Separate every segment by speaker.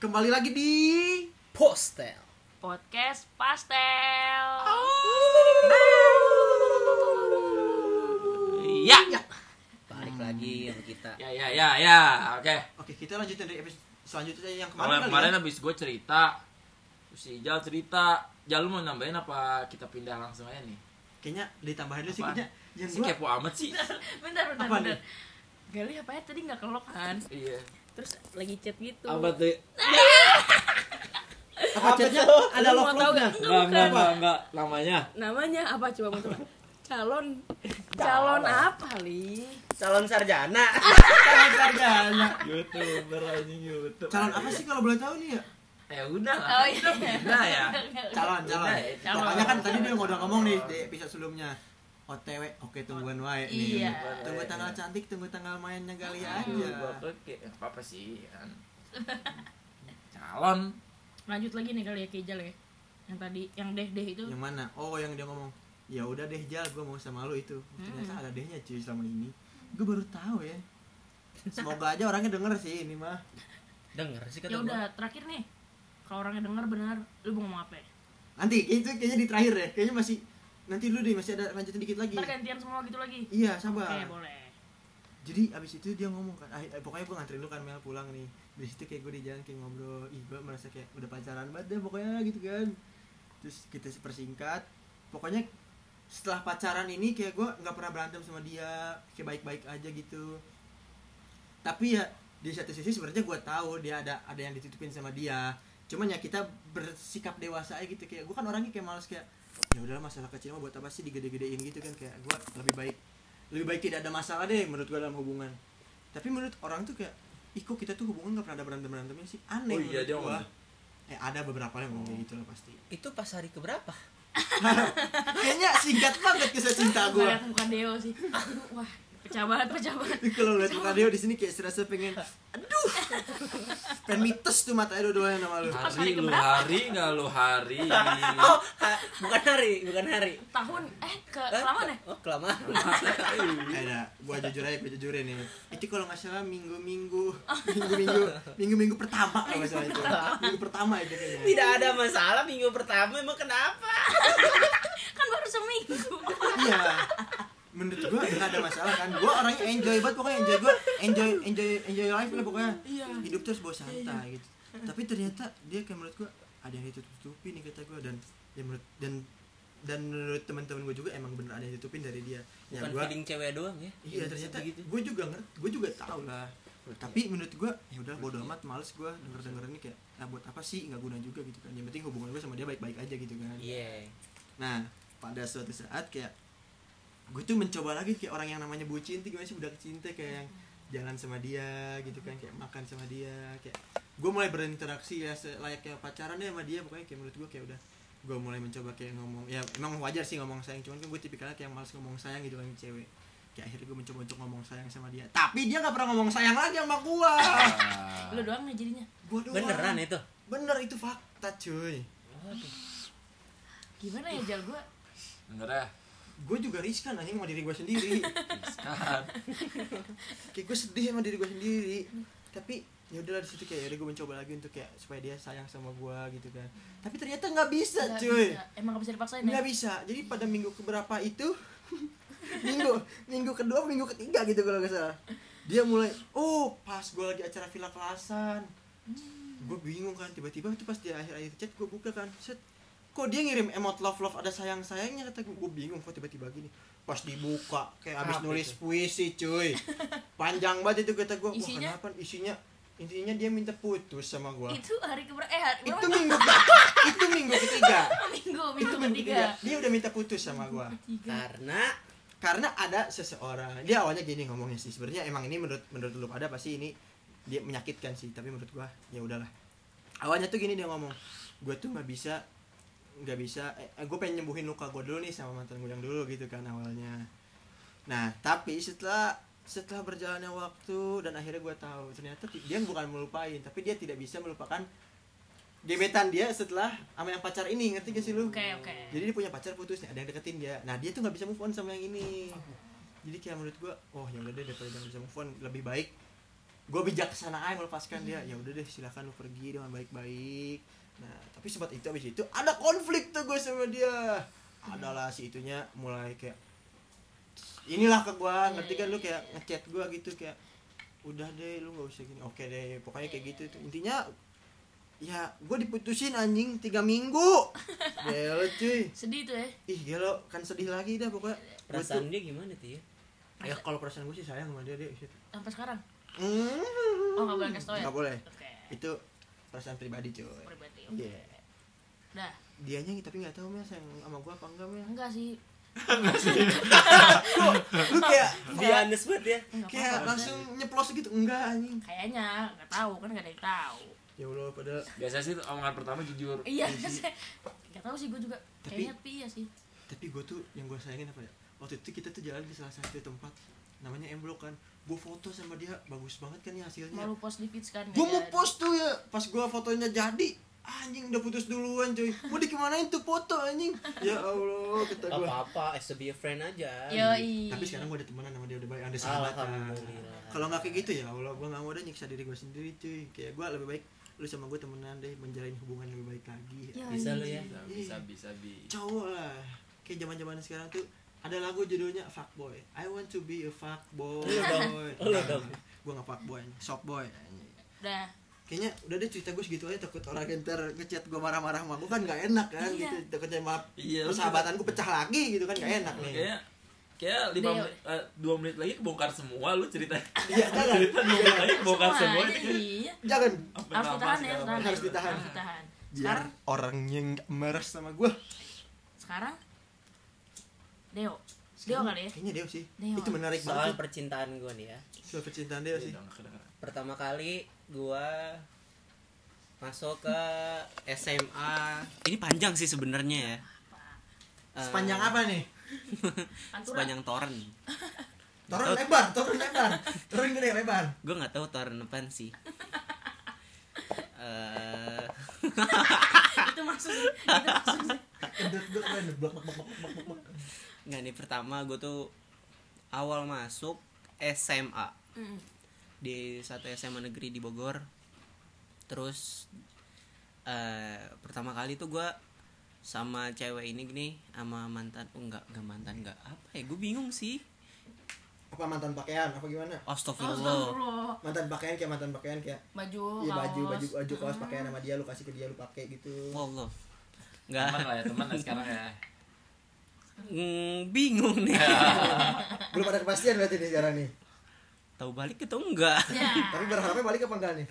Speaker 1: Kembali lagi di
Speaker 2: Postel.
Speaker 3: podcast pastel.
Speaker 4: Ya.
Speaker 2: Balik lagi sama kita.
Speaker 4: Ya ya ya ya. Oke.
Speaker 1: Oke, kita lanjutin dari episode selanjutnya yang
Speaker 4: Kalau
Speaker 1: kemarin
Speaker 4: yang
Speaker 1: kali
Speaker 4: kemarin
Speaker 1: ya.
Speaker 4: habis gue cerita, terus si Ijal cerita, Jal lu mau nambahin apa kita pindah langsung aja nih?
Speaker 1: Kayaknya ditambahin dulu sih
Speaker 4: Apaan?
Speaker 1: kayaknya. Yang
Speaker 4: Si
Speaker 1: gua
Speaker 4: kepo amat sih.
Speaker 3: Bentar, bentar,
Speaker 1: Apa
Speaker 3: bentar.
Speaker 1: nih?
Speaker 3: Gali apa ya tadi nggak kelok kan?
Speaker 4: Iya.
Speaker 3: Terus lagi chat gitu.
Speaker 4: Apa tuh?
Speaker 1: apa chatnya ada
Speaker 3: Lu
Speaker 1: love
Speaker 3: mau tahu
Speaker 1: love-nya.
Speaker 3: nggak?
Speaker 4: Enggak enggak enggak enggak namanya.
Speaker 3: Namanya apa coba mau coba? Calon calon apa, Li?
Speaker 2: Calon sarjana.
Speaker 4: YouTuber anjing YouTube.
Speaker 1: Calon apa sih kalau boleh tahu nih ya?
Speaker 4: Ya udah lah.
Speaker 3: Oh, iya.
Speaker 4: Pindah ya.
Speaker 1: Calon, calon.
Speaker 4: Nah, ya,
Speaker 3: calon.
Speaker 1: Pokoknya kan tadi dia udah ngomong nih di episode sebelumnya. OTW, oke tungguan wae nih.
Speaker 3: Iya.
Speaker 1: Tunggu tanggal cantik, tunggu tanggal mainnya kali
Speaker 4: Ya, Iya.
Speaker 1: aja.
Speaker 4: Oke, apa apa sih? kan. Calon.
Speaker 3: Lanjut lagi nih kali ya Kijal ya. Yang tadi yang deh-deh itu.
Speaker 1: Yang mana? Oh, yang dia ngomong. Ya udah deh Jal, gue mau sama lu itu. Oh, Ternyata ada dehnya cuy selama ini. Gue baru tahu ya. Semoga aja orangnya denger sih ini mah.
Speaker 2: Dengar sih kata
Speaker 3: Ya udah, terakhir nih. Kalau orangnya dengar benar, lu mau ngomong apa? ya?
Speaker 1: Nanti itu kayaknya di terakhir ya. Kayaknya masih nanti lu deh masih ada lanjutan dikit lagi.
Speaker 3: Ntar gantian semua gitu lagi.
Speaker 1: Iya, sabar.
Speaker 3: Oke, boleh.
Speaker 1: Jadi abis itu dia ngomong kan, ah, eh, pokoknya gue nganterin lu kan Mel pulang nih. Di situ kayak gue di jalan kayak ngobrol, ih gue merasa kayak udah pacaran banget deh pokoknya gitu kan. Terus kita persingkat, pokoknya setelah pacaran ini kayak gue nggak pernah berantem sama dia, kayak baik-baik aja gitu. Tapi ya di satu sisi sebenarnya gue tahu dia ada ada yang ditutupin sama dia. Cuman ya kita bersikap dewasa aja gitu kayak gue kan orangnya kayak males kayak ya udahlah masalah kecil mah buat apa sih digede-gedein gitu kan kayak gue lebih baik lebih baik tidak ada masalah deh menurut gue dalam hubungan tapi menurut orang tuh kayak ih kok kita tuh hubungan gak pernah ada berantem berantemnya sih aneh
Speaker 4: Oh iya,
Speaker 1: menurut
Speaker 4: dia
Speaker 1: gua.
Speaker 4: ngomong. Oh.
Speaker 1: eh ada beberapa yang ngomong kayak gitu lah pasti
Speaker 2: Itu pas hari keberapa?
Speaker 1: kayaknya singkat banget kisah cinta gue
Speaker 3: Lihat muka Deo sih. Aduh, Wah, pecah banget, pecah banget.
Speaker 1: kalau lihat muka dia di sini kayak serasa pengen aduh pengen mites tuh matanya dua-duanya sama lu
Speaker 3: pas
Speaker 4: Hari
Speaker 3: hari
Speaker 4: lu
Speaker 3: keberapa?
Speaker 4: hari enggak lu hari. Nah,
Speaker 2: Oh, ha- bukan hari, bukan hari.
Speaker 3: Tahun eh ke
Speaker 2: Eh,
Speaker 3: kelamaan ya?
Speaker 2: Oh, kelamaan.
Speaker 1: ada gua jujur aja gua jujurin nih itu kalau nggak salah minggu minggu minggu minggu minggu minggu pertama kalau nggak salah itu minggu pertama itu kayaknya
Speaker 2: Tidak ada masalah minggu pertama emang kenapa?
Speaker 3: Kan baru seminggu.
Speaker 1: iya menurut gua nggak ada masalah kan gua orangnya enjoy banget pokoknya enjoy gua enjoy enjoy enjoy life lah pokoknya
Speaker 3: Iya.
Speaker 1: hidup terus bawa santai gitu tapi ternyata dia kayak menurut gua ada yang ditutup tutupi nih kata gua dan ya menurut dan dan menurut teman-teman gua juga emang bener ada yang ditutupin dari dia ya
Speaker 2: Bukan
Speaker 1: gua
Speaker 2: feeling cewek doang ya.
Speaker 1: iya
Speaker 2: Yang
Speaker 1: ternyata
Speaker 2: seperti gitu. Iya.
Speaker 1: gue juga ngerti gue juga tahu lah tapi menurut gue ya udah bodo amat males gue denger denger ini kayak ah, buat apa sih nggak guna juga gitu kan yang penting hubungan gue sama dia baik baik aja gitu kan
Speaker 2: Iya.
Speaker 1: nah pada suatu saat kayak gue tuh mencoba lagi kayak orang yang namanya bucin tuh gimana sih udah cinta kayak yang jalan sama dia gitu kan kayak makan sama dia kayak gue mulai berinteraksi ya layaknya pacaran deh sama dia pokoknya kayak menurut gue kayak udah gue mulai mencoba kayak ngomong ya emang wajar sih ngomong sayang cuman kan gue tipikalnya kayak males ngomong sayang gitu kan ke cewek kayak akhirnya gue mencoba untuk ngomong sayang sama dia tapi dia nggak pernah ngomong sayang lagi sama gue
Speaker 3: Lu doang nih jadinya.
Speaker 1: gue doang
Speaker 2: Beneran itu.
Speaker 1: bener itu fakta cuy
Speaker 3: Gimana ya Jal gua?
Speaker 4: Bener ya?
Speaker 1: gue juga riskan anjing sama diri gue sendiri
Speaker 4: Sekarang.
Speaker 1: kayak gue sedih sama diri gue sendiri tapi ya udahlah di situ kayak udah gue mencoba lagi untuk kayak supaya dia sayang sama gue gitu kan tapi ternyata nggak bisa
Speaker 3: Nggak
Speaker 1: cuy
Speaker 3: bisa. Emang gak bisa dipaksain ya?
Speaker 1: nggak bisa jadi pada minggu keberapa itu minggu minggu kedua minggu ketiga gitu kalau nggak salah dia mulai oh pas gue lagi acara villa kelasan gue bingung kan tiba-tiba itu pas di akhir-akhir chat gue buka kan set kok dia ngirim emot love love ada sayang sayangnya kata gue gue bingung kok tiba-tiba gini pas dibuka kayak abis
Speaker 2: Apa
Speaker 1: nulis
Speaker 2: itu?
Speaker 1: puisi cuy panjang banget itu kata gue wah
Speaker 3: Isinya?
Speaker 1: kenapa isinya intinya dia minta putus sama gue
Speaker 3: Itu hari keberapa? Eh,
Speaker 1: itu
Speaker 3: hari berapa?
Speaker 1: minggu itu minggu ketiga
Speaker 3: minggu,
Speaker 1: itu
Speaker 3: minggu
Speaker 1: minggu ketiga
Speaker 3: ketiga.
Speaker 1: dia udah minta putus sama gue
Speaker 3: Tiga.
Speaker 2: Karena
Speaker 1: karena ada seseorang dia awalnya gini ngomongnya sih sebenarnya emang ini menurut menurut lu pada pasti ini dia menyakitkan sih tapi menurut gua ya udahlah awalnya tuh gini dia ngomong gua tuh nggak bisa nggak bisa eh, gue pengen nyembuhin luka gua dulu nih sama mantan gue yang dulu gitu kan awalnya nah tapi setelah setelah berjalannya waktu dan akhirnya gua tahu ternyata ti- dia bukan melupain tapi dia tidak bisa melupakan gebetan dia setelah sama yang pacar ini ngerti gak sih lu
Speaker 3: Oke, oke.
Speaker 1: jadi dia punya pacar putus nih, ada yang deketin dia. Nah, dia tuh nggak bisa move oh, on sama yang ini. Jadi kayak menurut gua, oh ya udah deh daripada jangan bisa move on, lebih baik gue bijaksana aja melepaskan dia ya udah deh silahkan lu pergi dengan baik-baik nah tapi sempat itu abis itu ada konflik tuh gue sama dia adalah si itunya mulai kayak inilah ke gue ngerti kan lu kayak ngechat gue gitu kayak udah deh lu nggak usah gini oke deh pokoknya kayak gitu tuh. intinya ya gue diputusin anjing tiga minggu Gelo cuy
Speaker 3: Sedih tuh ya.
Speaker 1: ih gelo kan sedih lagi dah pokoknya Gua tuh-
Speaker 2: perasaan dia gimana tuh ya
Speaker 1: ya kalau perasaan gue sih sayang sama dia dia
Speaker 3: Sampai sekarang.
Speaker 1: Mm.
Speaker 3: Oh, nggak boleh kasih tau ya?
Speaker 1: Nggak boleh.
Speaker 3: Oke.
Speaker 1: Itu perasaan pribadi cuy.
Speaker 3: Pribadi.
Speaker 1: Iya.
Speaker 3: Dah.
Speaker 1: Dianya tapi nggak tahu Mel sayang sama gua apa enggak Mel.
Speaker 3: Nah, Enggak sih.
Speaker 1: Lu kayak
Speaker 2: dia anes banget ya
Speaker 3: Enggak
Speaker 1: kayak
Speaker 3: apa-apa.
Speaker 1: langsung nyeplos gitu enggak anjing.
Speaker 3: Kayaknya nggak tahu kan nggak ada yang tahu.
Speaker 1: Ya Allah padahal
Speaker 4: Biasanya sih omongan pertama jujur.
Speaker 3: Iya. Nggak tahu sih gue juga.
Speaker 1: Tapi-
Speaker 3: Kayaknya tapi iya sih.
Speaker 1: tapi gue tuh yang gue sayangin apa ya waktu itu kita tuh jalan di salah satu tempat namanya M Block kan gue foto sama dia bagus banget kan ya hasilnya
Speaker 3: Malu post di feeds kan.
Speaker 1: gue
Speaker 3: nggak
Speaker 1: mau
Speaker 3: jadi.
Speaker 1: post tuh ya pas gue fotonya jadi anjing udah putus duluan cuy mau dikemanain tuh foto anjing ya Allah kata gue
Speaker 2: apa apa as to be a friend aja
Speaker 3: Yoi.
Speaker 1: tapi sekarang gue ada temenan sama dia udah baik ada sahabat
Speaker 2: Iya. alhamdulillah
Speaker 1: kalau nggak kayak gitu ya Allah gue nggak mau udah nyiksa diri gue sendiri cuy kayak gue lebih baik lu sama gue temenan deh menjalin hubungan lebih baik lagi
Speaker 3: Yoi.
Speaker 2: bisa lu ya
Speaker 4: Bisa, bisa, bisa, bisa.
Speaker 1: cowok lah kayak zaman zaman sekarang tuh ada lagu judulnya fuckboy I want to be a fuckboy
Speaker 2: Lu Iya dong, lu dong.
Speaker 1: gue nggak fuckboy softboy anjing.
Speaker 3: Dah.
Speaker 1: kayaknya udah deh cerita gue segitu aja takut orang ntar ngechat gue marah-marah sama gue kan nggak enak kan
Speaker 3: Iya.
Speaker 1: gitu takutnya maaf
Speaker 4: Iya, lu
Speaker 1: persahabatan gue pecah lagi gitu kan nggak enak nih
Speaker 4: Kayaknya kayak lima
Speaker 3: Deo.
Speaker 4: menit, eh, dua menit lagi kebongkar semua lu cerita.
Speaker 1: iya jangan
Speaker 4: cerita dua menit lagi kebongkar semua. itu
Speaker 3: Semuanya,
Speaker 4: kan?
Speaker 3: Iya.
Speaker 1: jangan
Speaker 4: apa
Speaker 3: Harus
Speaker 4: nama
Speaker 3: ditahan ya,
Speaker 4: segala
Speaker 3: ditahan.
Speaker 4: macam.
Speaker 1: Harus ditahan.
Speaker 3: Harus ditahan.
Speaker 1: biar
Speaker 3: Sekarang,
Speaker 1: orangnya nggak marah sama gue
Speaker 3: sekarang Deo. Deo kali ya.
Speaker 1: Hmm, kayaknya Deo sih
Speaker 3: Deo.
Speaker 1: itu menarik
Speaker 2: soal
Speaker 1: banget
Speaker 2: percintaan gue nih ya
Speaker 1: soal percintaan Deo
Speaker 4: Iya,
Speaker 1: sih
Speaker 4: dong, kedengeran.
Speaker 2: pertama kali gue masuk ke SMA ini panjang sih sebenarnya ya
Speaker 3: Iya.
Speaker 2: Eh,
Speaker 1: sepanjang apa nih
Speaker 3: Pantura.
Speaker 2: sepanjang toren
Speaker 1: turun lebar turun lebar turun gede lebar
Speaker 2: gue nggak tahu toren depan sih Eh,
Speaker 3: Itu maksud sih. Itu maksud sih.
Speaker 4: Iya.
Speaker 1: Kedut, kedut, kedut, blok, blok, blok, blok, blok, blok.
Speaker 2: nggak nih pertama gue tuh awal masuk SMA
Speaker 3: Mm.
Speaker 2: di satu SMA negeri di Bogor terus eh pertama kali tuh gue sama cewek ini gini sama mantan oh enggak enggak mantan enggak apa ya gue bingung sih
Speaker 1: apa mantan pakaian apa gimana
Speaker 2: Astagfirullah
Speaker 3: Astagfirullah.
Speaker 1: mantan pakaian kayak mantan pakaian kayak
Speaker 3: Baju,
Speaker 1: iya baju
Speaker 3: Oh, kaos. Ah.
Speaker 1: baju baju kaos pakaian sama dia lu kasih ke dia lu pakai gitu
Speaker 2: Allah
Speaker 4: Teman
Speaker 2: enggak
Speaker 4: lah ya, teman lah sekarang ya.
Speaker 2: mm, bingung nih
Speaker 1: belum ada kepastian berarti nih sekarang nih
Speaker 2: tahu balik itu enggak
Speaker 3: Ya.
Speaker 1: tapi berharapnya balik apa enggak nih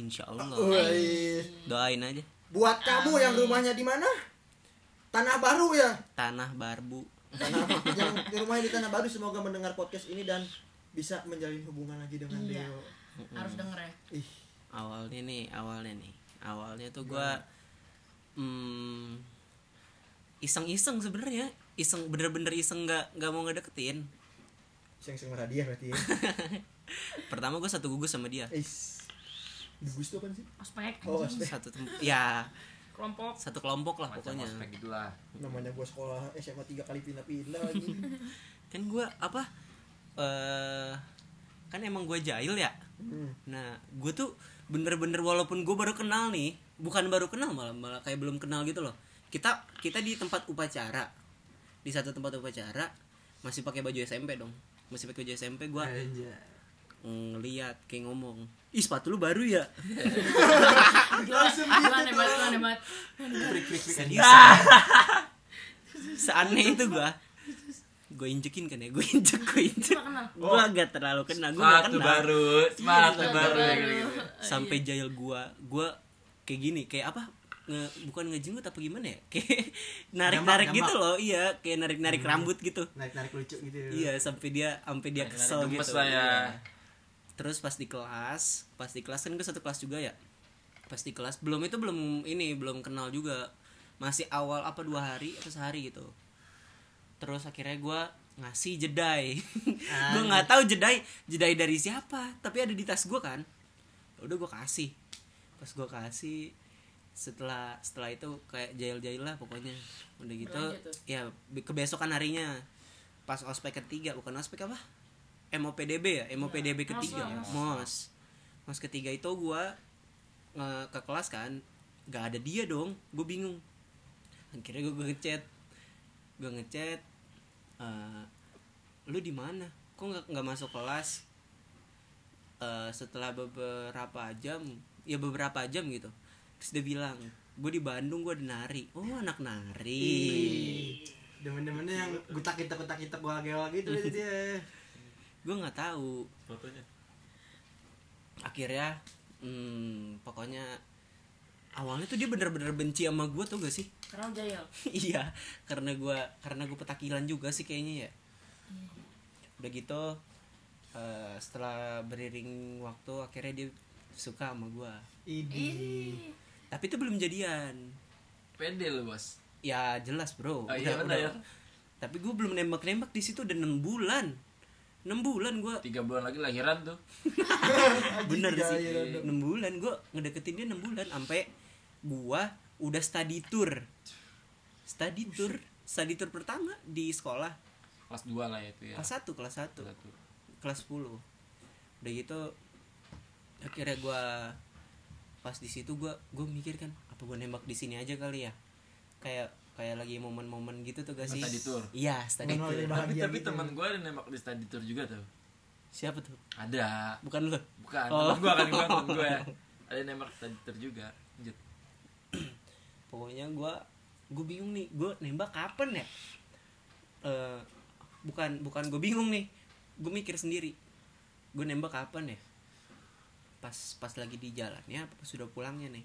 Speaker 2: Insya Allah
Speaker 1: Wih.
Speaker 2: doain aja
Speaker 1: buat kamu yang rumahnya di mana tanah baru ya
Speaker 2: tanah barbu
Speaker 1: tanah yang di rumahnya di tanah baru semoga mendengar podcast ini dan bisa menjalin hubungan lagi dengan
Speaker 3: Iya.
Speaker 1: Deo
Speaker 3: Harus denger ya.
Speaker 1: ih
Speaker 2: awalnya nih awalnya nih awalnya tuh gua hmm, iseng-iseng sebenarnya iseng bener-bener iseng nggak nggak mau ngedeketin
Speaker 1: seng seng hadiah berarti ya
Speaker 2: pertama gua satu gugus sama dia
Speaker 1: is gugus tuh kan sih
Speaker 3: Ospek.
Speaker 1: oh
Speaker 3: anjing.
Speaker 1: astaga.
Speaker 2: satu tem- ya
Speaker 3: Kelompok.
Speaker 2: satu kelompok lah
Speaker 4: Macam
Speaker 2: pokoknya
Speaker 4: ospek gitulah.
Speaker 1: namanya gua sekolah eh, SMA tiga kali pindah-pindah lagi
Speaker 2: kan gua apa eh kan emang gua jahil ya
Speaker 1: Hmm.
Speaker 2: nah gua tuh bener-bener walaupun gua baru kenal nih bukan baru kenal malah malah kayak belum kenal gitu loh kita kita di tempat upacara di satu tempat upacara masih pakai baju SMP dong masih pakai baju SMP gua ngeliat kayak ngomong ih sepatu lu baru ya
Speaker 1: langsung
Speaker 3: Gila hebat, gila hebat.
Speaker 2: serius Iya, seaneh itu gua gue injekin kan ya gue injek gue injek
Speaker 3: Gak kenal.
Speaker 2: gua gak terlalu kena gue gak
Speaker 4: Sepatu
Speaker 2: kenal
Speaker 4: baru, Iya, sepatu baru. ya, gitu-gitu.
Speaker 2: sampai jahil gua gua kayak gini kayak apa nge, bukan ngejenggot apa gimana ya kayak narik narik
Speaker 1: Nyamak,
Speaker 2: gitu loh iya kayak narik narik
Speaker 4: Hmm.
Speaker 2: rambut gitu
Speaker 1: naik-naik lucu gitu
Speaker 2: iya sampai dia sampai dia
Speaker 4: Narik-narik
Speaker 2: kesel
Speaker 4: gemes
Speaker 2: gitu
Speaker 4: lah ya.
Speaker 2: Iya. terus pas di kelas pas di kelas kan gue satu kelas juga ya pas di kelas belum itu belum ini belum kenal juga masih awal apa dua hari atau sehari gitu terus akhirnya gua ngasih jedai gue
Speaker 3: Ah.
Speaker 2: nggak tahu jedai jedai dari siapa tapi ada di tas gua kan udah gua kasih pas gua kasih setelah setelah itu kayak jail-jail lah pokoknya udah gitu
Speaker 3: Berlanjut tuh.
Speaker 2: ya be- kebesokan harinya pas ospek ketiga bukan ospek apa MOPDB ya MOPDB ketiga
Speaker 4: lah,
Speaker 2: mos mos ketiga itu gua nge- ke kelas kan nggak ada dia dong gue bingung akhirnya gue ngechat gue ngechat eh, lu di mana kok nggak nggak masuk kelas Eh, setelah beberapa jam ya beberapa jam gitu terus dia bilang gue di Bandung gue nari oh anak nari
Speaker 1: Demen-demennya yang gitu gutak kita gutak kita gua lagi lagi
Speaker 2: Iya.
Speaker 1: itu dia.
Speaker 2: gue nggak tahu
Speaker 5: fotonya
Speaker 2: akhirnya hmm, pokoknya awalnya tuh dia bener-bener benci sama gue tuh gak sih
Speaker 3: Karena lu jahil.
Speaker 2: iya karena gue karena gue petakilan juga sih kayaknya ya udah gitu eh, setelah beriring waktu akhirnya dia suka sama gue
Speaker 1: Idi.
Speaker 4: Iya.
Speaker 3: Ih.
Speaker 2: tapi itu belum jadian
Speaker 4: Pede lu bos.
Speaker 2: ya jelas
Speaker 4: Oh,
Speaker 2: bro
Speaker 4: iya, bener ya.
Speaker 2: tapi gue belum nembak-nembak di situ udah enam bulan 6 bulan gue
Speaker 4: Tiga bulan lagi lahiran tuh.
Speaker 2: bener
Speaker 1: Tiga
Speaker 2: sih
Speaker 1: lahiran dong.
Speaker 2: 6 bulan gue ngedeketin dia 6 bulan sampai gua udah study tour study
Speaker 4: Oh,
Speaker 2: tour study tour pertama di sekolah
Speaker 4: Kelas dua lah ya itu ya.
Speaker 2: kelas 1 kelas 1
Speaker 4: Satu.
Speaker 2: kelas 10 udah gitu akhirnya gua pas di situ gua gua mikir kan apa gua nembak di sini aja kali ya kayak kayak lagi momen-momen gitu tuh gak sih
Speaker 4: Nah, Study tour. ya.
Speaker 2: iya study
Speaker 1: Momen-momen
Speaker 2: tour
Speaker 1: bahagia
Speaker 4: Tapi tapi
Speaker 1: gitu.
Speaker 4: teman gue ada nembak di study tour juga tuh.
Speaker 2: siapa tuh
Speaker 4: Ada.
Speaker 2: bukan lo
Speaker 4: Bukan.
Speaker 2: Oh.
Speaker 4: Teman gue kan gue teman gue. Ada yang nembak di study tour juga. Lanjut.
Speaker 2: pokoknya gue gue bingung nih gue nembak kapan ya Eh, bukan bukan gue bingung nih gue mikir sendiri gue nembak kapan ya pas pas lagi di jalannya apa pas sudah pulangnya nih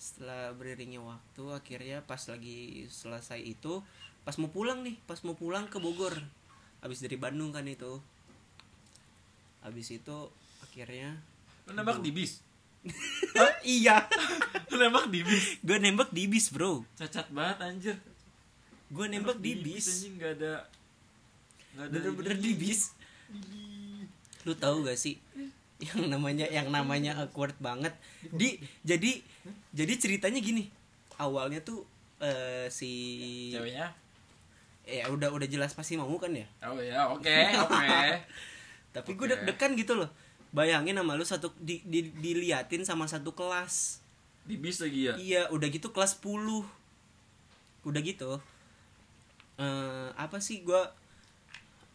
Speaker 2: setelah beriringnya waktu akhirnya pas lagi selesai itu pas mau pulang nih pas mau pulang ke Bogor habis dari Bandung kan itu habis itu akhirnya
Speaker 4: Lu nembak di bis.
Speaker 2: Oh, iya
Speaker 4: Lu nembak di bis.
Speaker 2: gue nembak di bis bro
Speaker 4: Cacat banget anjir.
Speaker 2: gue nembak di bis
Speaker 4: anjing gak ada gak ada ini.
Speaker 2: bener-bener di bis lu tahu gak sih yang namanya yang namanya awkward banget di jadi jadi ceritanya gini awalnya tuh eh, si
Speaker 4: ceweknya
Speaker 2: ya udah udah jelas pasti mau kan ya
Speaker 4: oh ya oke oke
Speaker 2: tapi
Speaker 4: Oke.
Speaker 2: gue deg-degan gitu loh bayangin sama lu satu di, di- diliatin sama satu kelas
Speaker 4: di bis lagi ya
Speaker 2: Iya, udah gitu kelas 10. Udah gitu. eh apa sih gua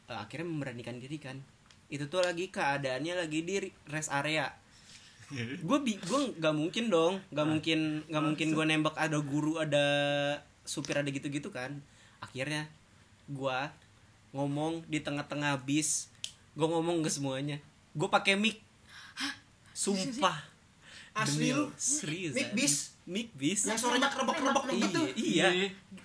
Speaker 2: eh, akhirnya memberanikan diri kan. Itu tuh lagi keadaannya lagi di rest area. Gue bi gua nggak mungkin dong,
Speaker 1: Ah.
Speaker 2: nggak mungkin nggak mungkin gue nembak ada guru, ada supir, ada gitu-gitu kan. Akhirnya gua ngomong di tengah-tengah bis. Gue ngomong ke semuanya. Gue pakai mic. Sumpah.
Speaker 1: Asli
Speaker 2: Demi
Speaker 1: lu?
Speaker 2: Allah, serius
Speaker 1: Mic bis?
Speaker 2: mic bis
Speaker 1: Yang suaranya kerebak-kerebak
Speaker 2: iya
Speaker 1: gitu.
Speaker 2: iya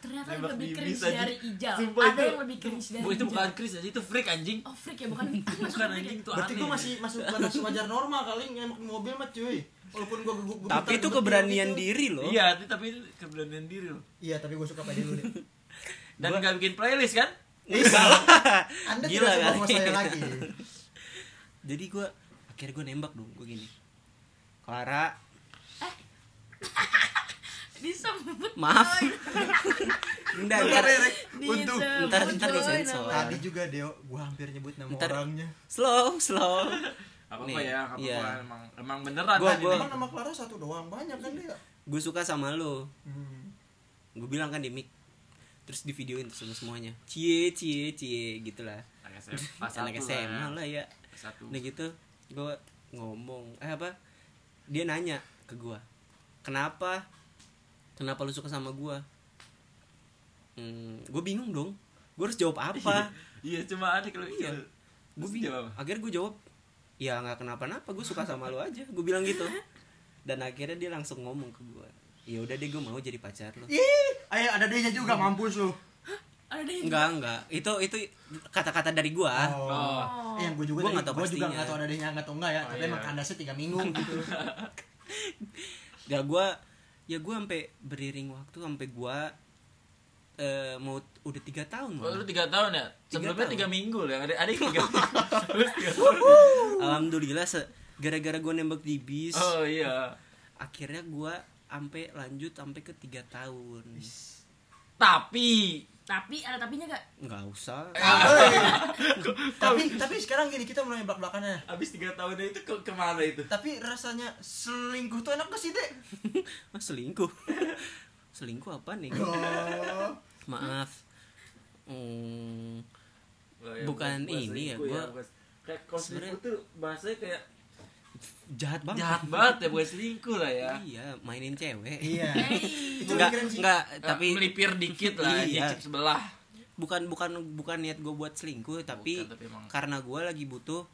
Speaker 3: Ternyata
Speaker 4: Nembak
Speaker 3: lebih
Speaker 4: di
Speaker 3: cringe
Speaker 4: bis aja.
Speaker 3: dari Ijal.
Speaker 4: Sumpah
Speaker 3: Ada
Speaker 4: itu-
Speaker 3: yang lebih cringe dari
Speaker 4: Bu, itu
Speaker 3: Ijal.
Speaker 4: bukan Chris aja itu freak anjing
Speaker 3: Oh freak ya bukan Masuk
Speaker 4: bukan
Speaker 3: freak ya?
Speaker 4: anjing itu
Speaker 1: Berarti
Speaker 4: aneh.
Speaker 1: gua masih masuk batas wajar normal kali nembak di mobil mah cuy. Walaupun gua gugup gugup.
Speaker 2: tapi itu keberanian diri loh
Speaker 4: iya itu- tapi itu keberanian diri loh
Speaker 1: Iya, tapi gua suka pede dulu deh.
Speaker 4: dan nggak bikin playlist kan
Speaker 2: Enggak lah.
Speaker 1: Anda
Speaker 2: Gila
Speaker 1: tidak suka sama
Speaker 2: kan? kali.
Speaker 1: saya lagi.
Speaker 2: jadi gue akhirnya gue nembak dong gue gini Clara
Speaker 3: Disebut.
Speaker 2: maaf Nggak, ntar
Speaker 3: Untuk
Speaker 2: ntar ntar gue sensor
Speaker 1: Tadi juga Deo, gua hampir nyebut nama
Speaker 2: Iya. Ntar.
Speaker 1: orangnya.
Speaker 2: slow slow
Speaker 4: apa apa
Speaker 2: Nih,
Speaker 4: ya apa
Speaker 2: iya.
Speaker 4: apa emang emang beneran
Speaker 2: Gua-
Speaker 4: kan
Speaker 2: gua-
Speaker 4: ini
Speaker 1: Emang nama Clara satu doang, banyak kan dia?
Speaker 2: gue suka sama lo
Speaker 1: Hmm.
Speaker 2: gue bilang kan di mic terus di videoin sama semuanya cie cie cie gitulah
Speaker 4: Anak SMA, pas satu
Speaker 2: anak SMA
Speaker 4: lah
Speaker 2: lah ya
Speaker 4: Pas satu
Speaker 2: Udah gitu gue ngomong eh apa dia nanya ke gua kenapa kenapa lu suka sama gua hmm, gue bingung dong gue harus jawab apa
Speaker 4: iya cuma aneh kalau
Speaker 2: Iya. gue
Speaker 4: Terus
Speaker 2: bingung
Speaker 4: jawab apa?
Speaker 2: akhirnya gue jawab ya nggak kenapa-napa gue suka sama lu aja gue bilang gitu dan akhirnya dia langsung ngomong ke gua ya udah deh gue mau jadi pacar
Speaker 4: Iya.
Speaker 2: lu
Speaker 1: Ih, ayo ada dia juga
Speaker 2: Hmm.
Speaker 1: mampus lu.
Speaker 3: Ada yang
Speaker 2: enggak enggak itu itu kata-kata dari gua
Speaker 1: Oh. Eh,
Speaker 4: Iya.
Speaker 1: yang gue juga
Speaker 2: Gua
Speaker 1: gue
Speaker 2: nggak tahu
Speaker 1: juga
Speaker 2: pastinya.
Speaker 1: nggak tahu ada dia nggak tahu enggak ya,
Speaker 4: Oh,
Speaker 1: tapi
Speaker 4: iya.
Speaker 1: emang kandasnya tiga minggu gitu.
Speaker 2: ya gua ya gua sampai beriring waktu sampai gua eh, mau udah tiga tahun
Speaker 4: Oh,
Speaker 2: malah.
Speaker 4: lu tiga tahun ya?
Speaker 2: Tiga
Speaker 4: Sebelumnya
Speaker 2: tahun.
Speaker 4: tiga minggu lah. Ada ada yang tiga minggu. Terus tiga tahun.
Speaker 2: alhamdulillah se- gara-gara gua nembak di bis
Speaker 4: Oh iya.
Speaker 2: akhirnya gua sampai lanjut sampai ke tiga tahun
Speaker 4: Tapi
Speaker 3: Tapi ada tapinya gak?
Speaker 2: nggak usah
Speaker 1: Eh. tapi tapi sekarang gini kita mulai belak belakannya
Speaker 4: abis tiga tahunnya itu ke kemana itu?
Speaker 1: tapi rasanya selingkuh tuh enak gak sih dek
Speaker 2: mas selingkuh selingkuh apa nih
Speaker 1: oh
Speaker 2: maaf Hmm,
Speaker 4: Oh, iya,
Speaker 2: Bukan ini ya,
Speaker 4: gua
Speaker 2: gua-
Speaker 4: kayak kalau selingkuh
Speaker 2: Sebenarnya-
Speaker 4: tuh bahasanya kayak
Speaker 2: jahat banget
Speaker 4: jahat banget ya bukan selingkuh lah ya.
Speaker 2: iya mainin cewek
Speaker 1: iya
Speaker 3: Hey.
Speaker 1: Itu
Speaker 2: nggak
Speaker 1: keren sih.
Speaker 2: nggak
Speaker 4: Eh,
Speaker 2: tapi
Speaker 4: melipir dikit lah,
Speaker 2: Iya.
Speaker 4: dicip sebelah.
Speaker 2: bukan bukan bukan niat gue buat selingkuh tapi,
Speaker 4: Bukan, tapi emang-
Speaker 2: karena gue lagi butuh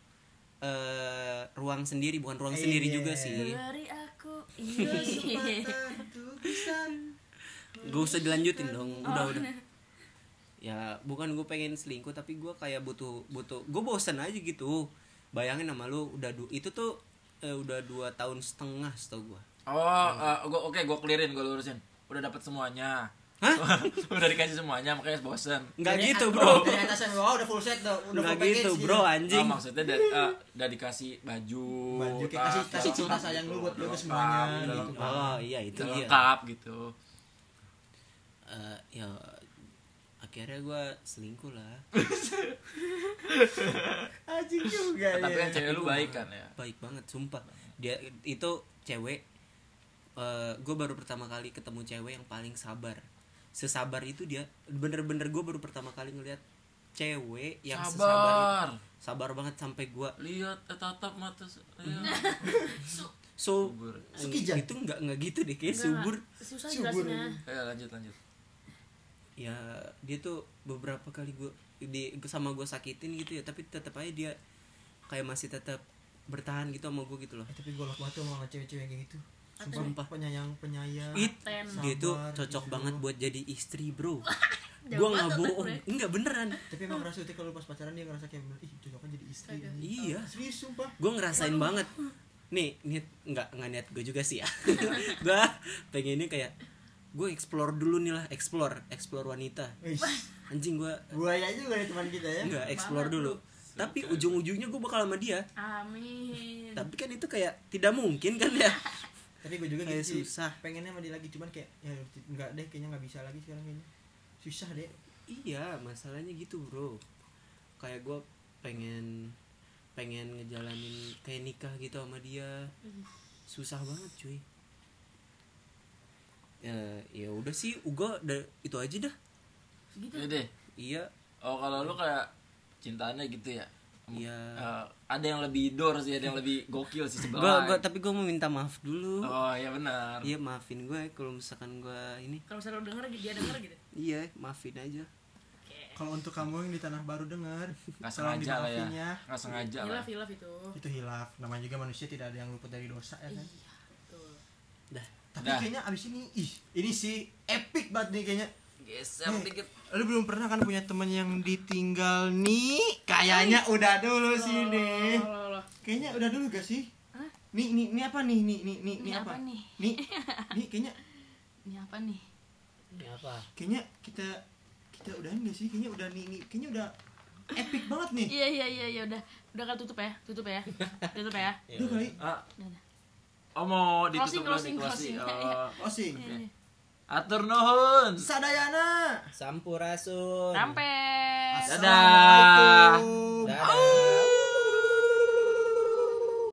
Speaker 2: eh ruang sendiri bukan ruang
Speaker 1: Iya.
Speaker 2: sendiri juga sih
Speaker 3: Beri aku Iya
Speaker 1: Tuh, pisan.
Speaker 2: gue usah dilanjutin
Speaker 1: Iya.
Speaker 2: dong
Speaker 1: Oh.
Speaker 2: udah udah ya bukan gue pengen selingkuh tapi gue kayak butuh butuh gue bosen aja gitu bayangin sama lu udah du- itu tuh eh, udah dua tahun setengah setahu gue
Speaker 4: Oh,
Speaker 2: Iya.
Speaker 4: eh, gua oke gua clearin, gua lurusin. Udah dapat semuanya.
Speaker 2: Hah?
Speaker 4: udah dikasih semuanya makanya bosen.
Speaker 2: nggak
Speaker 1: Dari atas-
Speaker 2: gitu bro
Speaker 1: dari atas sampai bawah Iya, udah full set tuh udah
Speaker 2: nggak
Speaker 1: full package
Speaker 2: gitu bro anjing
Speaker 4: Ah, maksudnya dari, eh, udah dikasih baju,
Speaker 1: Baju, kayak
Speaker 4: tas,
Speaker 1: kasih- kasih
Speaker 4: tas,
Speaker 1: cinta
Speaker 4: tas,
Speaker 1: sayang
Speaker 4: gitu.
Speaker 1: lu buat lu
Speaker 4: Udah
Speaker 1: ke
Speaker 4: lengkap,
Speaker 1: semuanya,
Speaker 4: udah
Speaker 1: gitu.
Speaker 4: lengkap.
Speaker 2: oh iya itu
Speaker 4: Udah
Speaker 2: dia
Speaker 4: lengkap gitu.
Speaker 2: Eh, ya akhirnya gue selingkuh lah
Speaker 1: anjing juga ya
Speaker 4: Tapi kan cewek lu baik kan ya.
Speaker 2: baik banget sumpah dia itu cewek gue baru pertama kali ketemu cewek yang paling sabar sesabar itu dia bener-bener gue baru pertama kali ngeliat cewek yang sesabar
Speaker 4: Sabar.
Speaker 2: itu. sabar banget sampai gue
Speaker 4: Lihat eh, tatap mata. se- iya. lihat.
Speaker 2: so
Speaker 4: Subur.
Speaker 1: Sukijan.
Speaker 2: itu nggak nggak gitu deh kayak subur
Speaker 3: Susah
Speaker 1: Subur.
Speaker 3: jelasinnya
Speaker 4: Ayo lanjut lanjut.
Speaker 2: ya dia tuh beberapa kali gue di sama gue sakitin gitu ya tapi tetap aja dia kayak masih tetap bertahan gitu sama gue gitu loh
Speaker 1: Eh, tapi golok banget tuh sama cewek-cewek kayak gitu
Speaker 2: Sumpah.
Speaker 1: penyayang penyayang
Speaker 2: It,
Speaker 3: Ten.
Speaker 2: dia tuh
Speaker 1: Sabar,
Speaker 2: cocok
Speaker 1: gitu.
Speaker 2: banget buat jadi istri bro
Speaker 3: Jauh
Speaker 2: Gua nggak
Speaker 3: banget,
Speaker 2: bohong
Speaker 3: Bre.
Speaker 2: enggak beneran
Speaker 1: tapi emang ngerasa itu kalau pas pacaran dia ngerasa kayak ih cocoknya jadi istri
Speaker 3: Kagak.
Speaker 1: anjing.
Speaker 2: Iya.
Speaker 1: serius sumpah
Speaker 2: gue ngerasain banget nih niat nggak nggak niat gue juga sih ya gue pengennya kayak gue explore dulu nih lah explore explore wanita
Speaker 1: Wih,
Speaker 2: anjing gue
Speaker 1: buaya juga nih teman kita ya
Speaker 2: nggak explore dulu tapi ujung-ujungnya gue bakal sama dia
Speaker 3: Amin
Speaker 2: tapi kan itu kayak tidak mungkin kan ya
Speaker 1: tapi gue juga
Speaker 2: Kayak
Speaker 1: gitu sih,
Speaker 2: susah.
Speaker 1: pengennya sama dia lagi cuman kayak ya nggak deh kayaknya nggak bisa lagi sekarang kayaknya susah deh
Speaker 2: iya masalahnya gitu bro kayak gue pengen pengen ngejalanin kayak nikah gitu sama dia susah banget cuy ya ya udah sih uga da- itu aja dah
Speaker 3: Gitu
Speaker 4: Iya deh.
Speaker 2: iya
Speaker 4: Oh kalau lu kayak cintaannya gitu ya.
Speaker 2: Iya.
Speaker 4: Eh, ada yang lebih dor sih, ada yang lebih gokil sih
Speaker 2: gua,
Speaker 4: sebelah.
Speaker 2: gua tapi gue mau minta maaf dulu
Speaker 4: Oh iya benar.
Speaker 2: iya maafin gue kalau misalkan gue ini
Speaker 3: Kalau misalnya lo denger dia denger gitu
Speaker 2: iya maafin aja
Speaker 3: Oke
Speaker 1: kalau untuk kamu yang di tanah baru dengar
Speaker 4: Nggak
Speaker 1: tolong
Speaker 4: sengaja lah ya.
Speaker 1: dimaafin
Speaker 4: Nggak sengaja
Speaker 2: Iya.
Speaker 4: lah.
Speaker 3: Hilaf hilaf itu
Speaker 1: itu hilaf namanya juga manusia tidak ada yang luput dari dosa ya kan
Speaker 3: Iya betul
Speaker 2: dah
Speaker 1: tapi
Speaker 4: Dah.
Speaker 1: kayaknya abis ini ih ini sih epic banget nih kayaknya
Speaker 4: Geser
Speaker 1: Eh.
Speaker 4: dikit.
Speaker 1: lu belum pernah kan punya teman yang ditinggal nih kayaknya udah dulu sih nih
Speaker 3: Loh, loh, loh.
Speaker 1: kayaknya udah dulu gak sih
Speaker 3: Hah?
Speaker 1: nih nih nih apa nih nih nih nih,
Speaker 3: Ini
Speaker 1: nih apa
Speaker 3: apa nih?
Speaker 1: nih nih kayaknya
Speaker 3: Ini apa nih?
Speaker 2: apa
Speaker 1: kayaknya kita kita udahan gak sih kayaknya udah nih nih kayaknya udah epic banget nih
Speaker 3: Iya iya iya iya udah udah kan tutup ya tutup ya tutup ya
Speaker 1: udah kali
Speaker 4: Ah,
Speaker 3: Udah, udah.
Speaker 4: oh mau ditutup
Speaker 3: Closing,
Speaker 4: dulu nih, closing.
Speaker 3: closing, closing.
Speaker 4: Oh,
Speaker 1: osing
Speaker 3: Iya, iya.
Speaker 4: atur nuhun.
Speaker 1: sadayana
Speaker 2: sampurasun
Speaker 3: Sampai
Speaker 4: Dadah.
Speaker 1: Assalamualaikum.
Speaker 2: Dadah.